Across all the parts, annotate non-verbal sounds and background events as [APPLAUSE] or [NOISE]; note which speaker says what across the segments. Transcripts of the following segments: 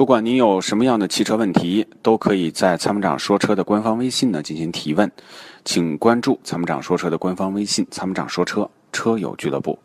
Speaker 1: 不管您有什么样的汽车问题，都可以在参谋长说车的官方微信呢进行提问，请关注参谋长说车的官方微信“参谋长说车车友俱乐部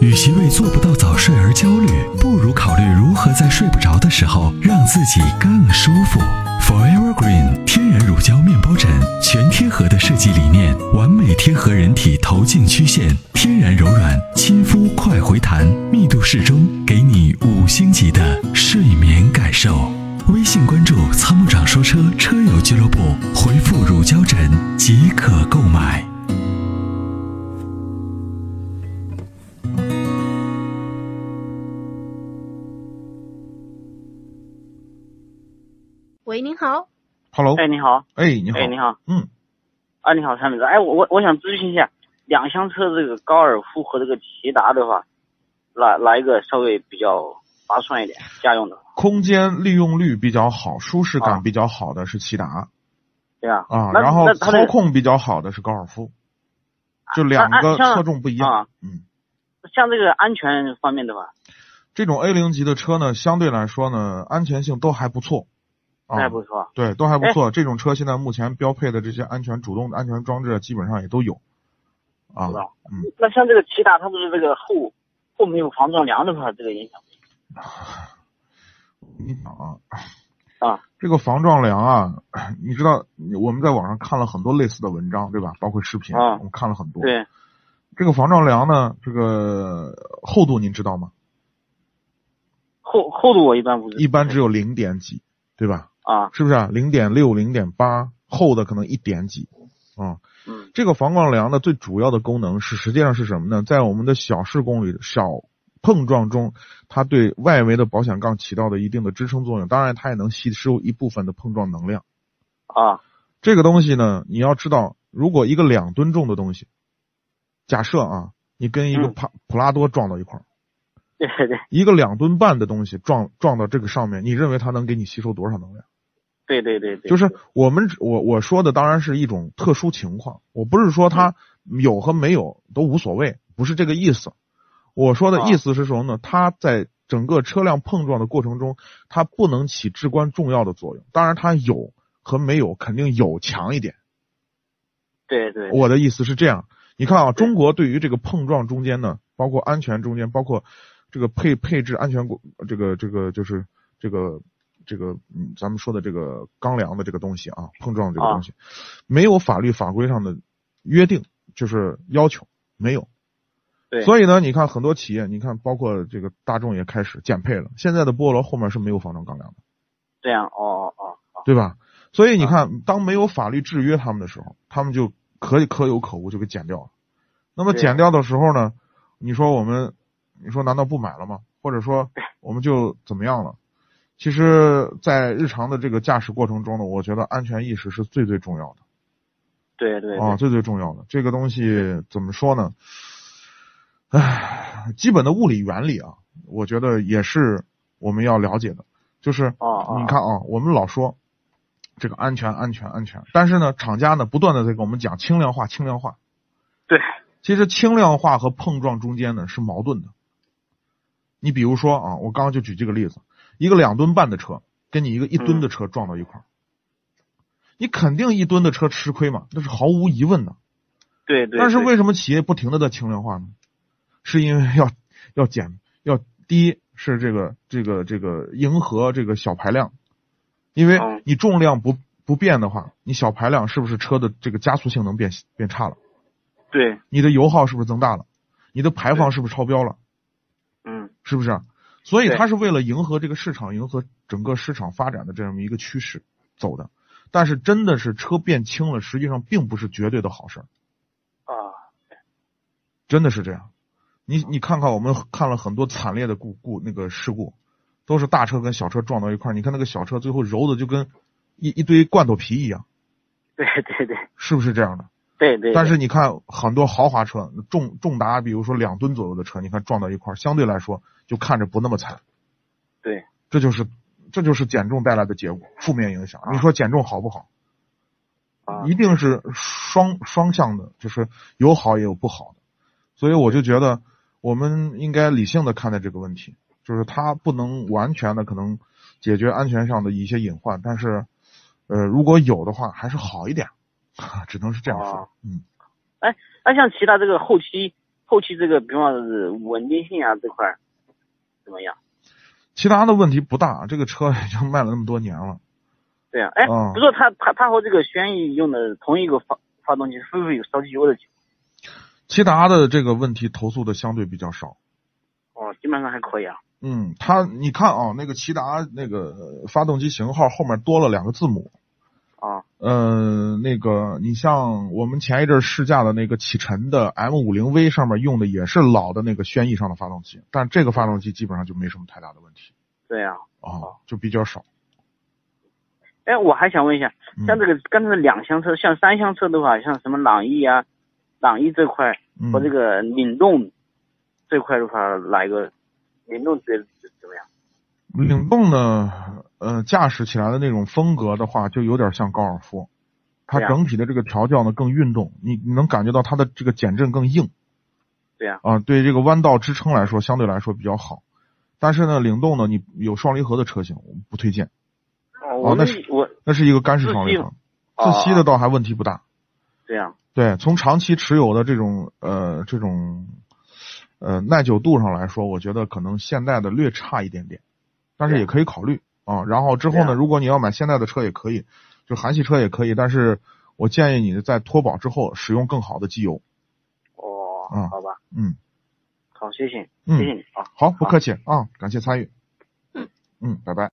Speaker 2: 与其为做不到早睡而焦虑，不如考虑如何在睡不着的时候让自己更舒服。Forever Green 天然乳胶面包枕，全贴合的设计理念，完美贴合人体头颈曲线，天然柔软，亲肤快回弹，密度适中，给你五星级的睡眠感受。微信关注“参谋长说车”车友俱乐部，回复“乳胶枕”即可购买。”。
Speaker 3: 喂，您好，
Speaker 4: Hello，
Speaker 5: 哎，你好，
Speaker 4: 哎，你好，
Speaker 5: 哎，你好，
Speaker 4: 嗯，
Speaker 5: 啊，你好，产品哥，哎，我我我想咨询一下，两厢车这个高尔夫和这个骐达的话，哪哪一个稍微比较划算一点？家用的，
Speaker 4: 空间利用率比较好，舒适
Speaker 5: 啊
Speaker 4: 感比较好的是骐达
Speaker 5: 对吧？
Speaker 4: 啊，
Speaker 5: 那
Speaker 4: 然后
Speaker 5: 那它
Speaker 4: 操
Speaker 5: 的
Speaker 4: 控比较好的是高尔夫，就两
Speaker 5: 那
Speaker 4: 个
Speaker 5: 那像
Speaker 4: 侧重不一样
Speaker 5: 啊。
Speaker 4: 嗯，
Speaker 5: 像这个安全方面的话，
Speaker 4: 这种 A 零级的车呢，相对来说呢，安全性都还不错。啊，
Speaker 5: 那还不哎错。
Speaker 4: 对，都还不错。这种车现在目前标配的这些安全主动的安全装置基本上也都有。啊
Speaker 5: 是吧，
Speaker 4: 嗯，
Speaker 5: 那像这个骐达，它不是这个后后面有防撞梁的话，这个影响
Speaker 4: 你想啊，
Speaker 5: 啊，
Speaker 4: 这个防撞梁啊，你知道我们在网上看了很多类似的文章，对吧？包括视频，
Speaker 5: 啊
Speaker 4: 我们看了很多。
Speaker 5: 对，
Speaker 4: 这个防撞梁呢，这个厚度您知道吗？
Speaker 5: 后后度我一般不是
Speaker 4: 一般只有零点几，对吧？
Speaker 5: 啊，
Speaker 4: 是不是啊？零点六、零点八，厚的可能一点几。啊、
Speaker 5: 嗯
Speaker 4: 这个防撞梁呢，最主要的功能是实际上是什么呢？在我们的小事故里、小碰撞中，它对外围的保险杠起到的一定的支撑作用，当然它也能吸收一部分的碰撞能量。
Speaker 5: 啊 [LAUGHS]
Speaker 4: 这个东西呢，你要知道，如果一个两吨重的东西，假设啊，你跟一个
Speaker 5: 嗯
Speaker 4: 帕普拉多撞到一块儿，
Speaker 5: 对对对
Speaker 4: 一个两吨半的东西撞撞到这个上面，你认为它能给你吸收多少能量？
Speaker 5: 对对对对，
Speaker 4: 就是我们只我我说的当然是一种特殊情况，我不是说它
Speaker 5: 嗯
Speaker 4: 有和没有都无所谓，不是这个意思。我说
Speaker 5: 啊
Speaker 4: 的意思是什么呢？它在整个车辆碰撞的过程中，它不能起至关重要的作用。当然，它有和没有肯定有强一点。
Speaker 5: 对对，
Speaker 4: 我的意思是这样，你看啊，
Speaker 5: 对
Speaker 4: 中国对于这个碰撞中间呢，包括安全中间，包括这个配配置安全规这个这个就是这个这个嗯，咱们说的这个钢梁的这个东西啊，碰撞这个东西，没有法律法规上的约定，就是要求没有。
Speaker 5: 对
Speaker 4: 所以呢，你看很多企业，你看包括这个大众也开始减配了，现在的菠萝后面是没有防撞钢梁的，
Speaker 5: 这样，哦哦哦，
Speaker 4: 对吧？所以你看，当没有法律制约他们的时候，他们就可以可有可无，就给减掉了。那么
Speaker 5: 对
Speaker 4: 减掉的时候呢，你说我们，你说难道不买了吗？或者说我们就怎么样了？其实，在日常的这个驾驶过程中呢，我觉得安全意识是最最重要的
Speaker 5: 对对
Speaker 4: 啊，
Speaker 5: 对，
Speaker 4: 最最重要的。这个东西怎么说呢？唉，基本的物理原理啊，我觉得也是我们要了解的，就是
Speaker 5: 哦哦，
Speaker 4: 你看啊，我们老说这个安全、安全、安全，但是呢，厂家呢不断的在跟我们讲轻量化、轻量化。
Speaker 5: 对，
Speaker 4: 其实轻量化和碰撞中间呢是矛盾的。你比如说啊，我刚刚就举这个例子，一个两吨半的车跟你一个一吨
Speaker 5: 嗯
Speaker 4: 的车撞到一块儿，你肯定一吨的车吃亏嘛，那是毫无疑问的。
Speaker 5: 对对，
Speaker 4: 但是
Speaker 5: 对
Speaker 4: 为什么企业不停的在轻量化呢？是因为要要减，要第一是这个这个这个迎合这个小排量，因为
Speaker 5: 嗯
Speaker 4: 你重量不不变的话，你小排量是不是车的这个加速性能变变差了？
Speaker 5: 对，
Speaker 4: 你的油耗是不是增大了？你的排放是不是超标了？
Speaker 5: 嗯
Speaker 4: 是不是？所以
Speaker 5: 对
Speaker 4: 它是为了迎合这个市场，迎合整个市场发展的这么一个趋势走的。但是真的是车变轻了，实际上并不是绝对的好事儿。
Speaker 5: 啊。 [LAUGHS]
Speaker 4: 真的是这样。你你看看，我们看了很多惨烈的故故那个事故，都是大车跟小车撞到一块儿。你看那个小车最后揉的就跟一一堆罐头皮一样，
Speaker 5: 对对对
Speaker 4: 是不是这样的？
Speaker 5: 对对，
Speaker 4: 但是你看很多豪华车，重重达，比如说两吨左右的车，你看撞到一块儿，相对来说就看着不那么惨。
Speaker 5: 对，
Speaker 4: 这就是这就是减重带来的结果，负面影响。你说减重好不好？
Speaker 5: 啊
Speaker 4: 一定是双双向的，就是有好也有不好的。所以我就觉得我们应该理性的看待这个问题，就是它不能完全的可能解决安全上的一些隐患，但是呃如果有的话还是好一点， [LAUGHS] 只能是这样说，
Speaker 5: 哦
Speaker 4: 嗯。
Speaker 5: 那像其他这个后期后期这个，比方说是稳定性啊这块儿怎么样？
Speaker 4: 其他的问题不大，这个车已经卖了那么多年了。
Speaker 5: 对啊，哎，
Speaker 4: 嗯
Speaker 5: 不是它它它和这个轩逸用的同一个发发动机，会不会有烧机油的情
Speaker 4: 其他的这个问题投诉的相对比较少。
Speaker 5: 况？哦，基本上还可以啊。
Speaker 4: 嗯，它你看啊，那个骐达那个呃发动机型号后面多了两个字母。
Speaker 5: 啊
Speaker 4: 呃，那个你像我们前一阵儿试驾的那个启辰的 M 五零 V 上面用的也是老的那个轩逸上的发动机，但这个发动机基本上就没什么太大的问题
Speaker 5: 对啊，
Speaker 4: 啊，就比较少。
Speaker 5: 哎，我还想问一下，
Speaker 4: 嗯
Speaker 5: 像这个刚才的两厢车，像三厢车的话，像什么朗逸啊、朗逸这块儿
Speaker 4: 嗯
Speaker 5: 和这个领动这块的话，哪一个领动觉得怎么样？
Speaker 4: 领动呢，呃，驾驶起来的那种风格的话，就有点像高尔夫，它
Speaker 5: 对啊
Speaker 4: 整体的这个调教呢更运动，你你能感觉到它的这个减震更硬
Speaker 5: 对啊，
Speaker 4: 啊、对这个弯道支撑来说相对来说比较好。但是呢，领动呢，你有双离合的车型我不推荐，
Speaker 5: 哦，我
Speaker 4: 那
Speaker 5: 们
Speaker 4: 是
Speaker 5: 我
Speaker 4: 那是一个干式双离合，自啊吸的
Speaker 5: 哦
Speaker 4: 倒还问题不大。
Speaker 5: 对啊，
Speaker 4: 对，从长期持有的这种呃这种呃耐久度上来说，我觉得可能现代的略差一点点，但是
Speaker 5: 对
Speaker 4: 也可以考虑啊。然后之后
Speaker 5: 对
Speaker 4: 呢，
Speaker 5: 啊
Speaker 4: 如果你要买现代的车也可以，就韩系车也可以，但是我建议你在脱保之后使用更好的机油。
Speaker 5: 哦，
Speaker 4: 嗯
Speaker 5: 好吧，
Speaker 4: 嗯
Speaker 5: 好，谢谢，谢谢
Speaker 4: 嗯，
Speaker 5: 你啊。
Speaker 4: 好，不
Speaker 5: 好
Speaker 4: 客气啊，感谢参与。嗯，拜拜。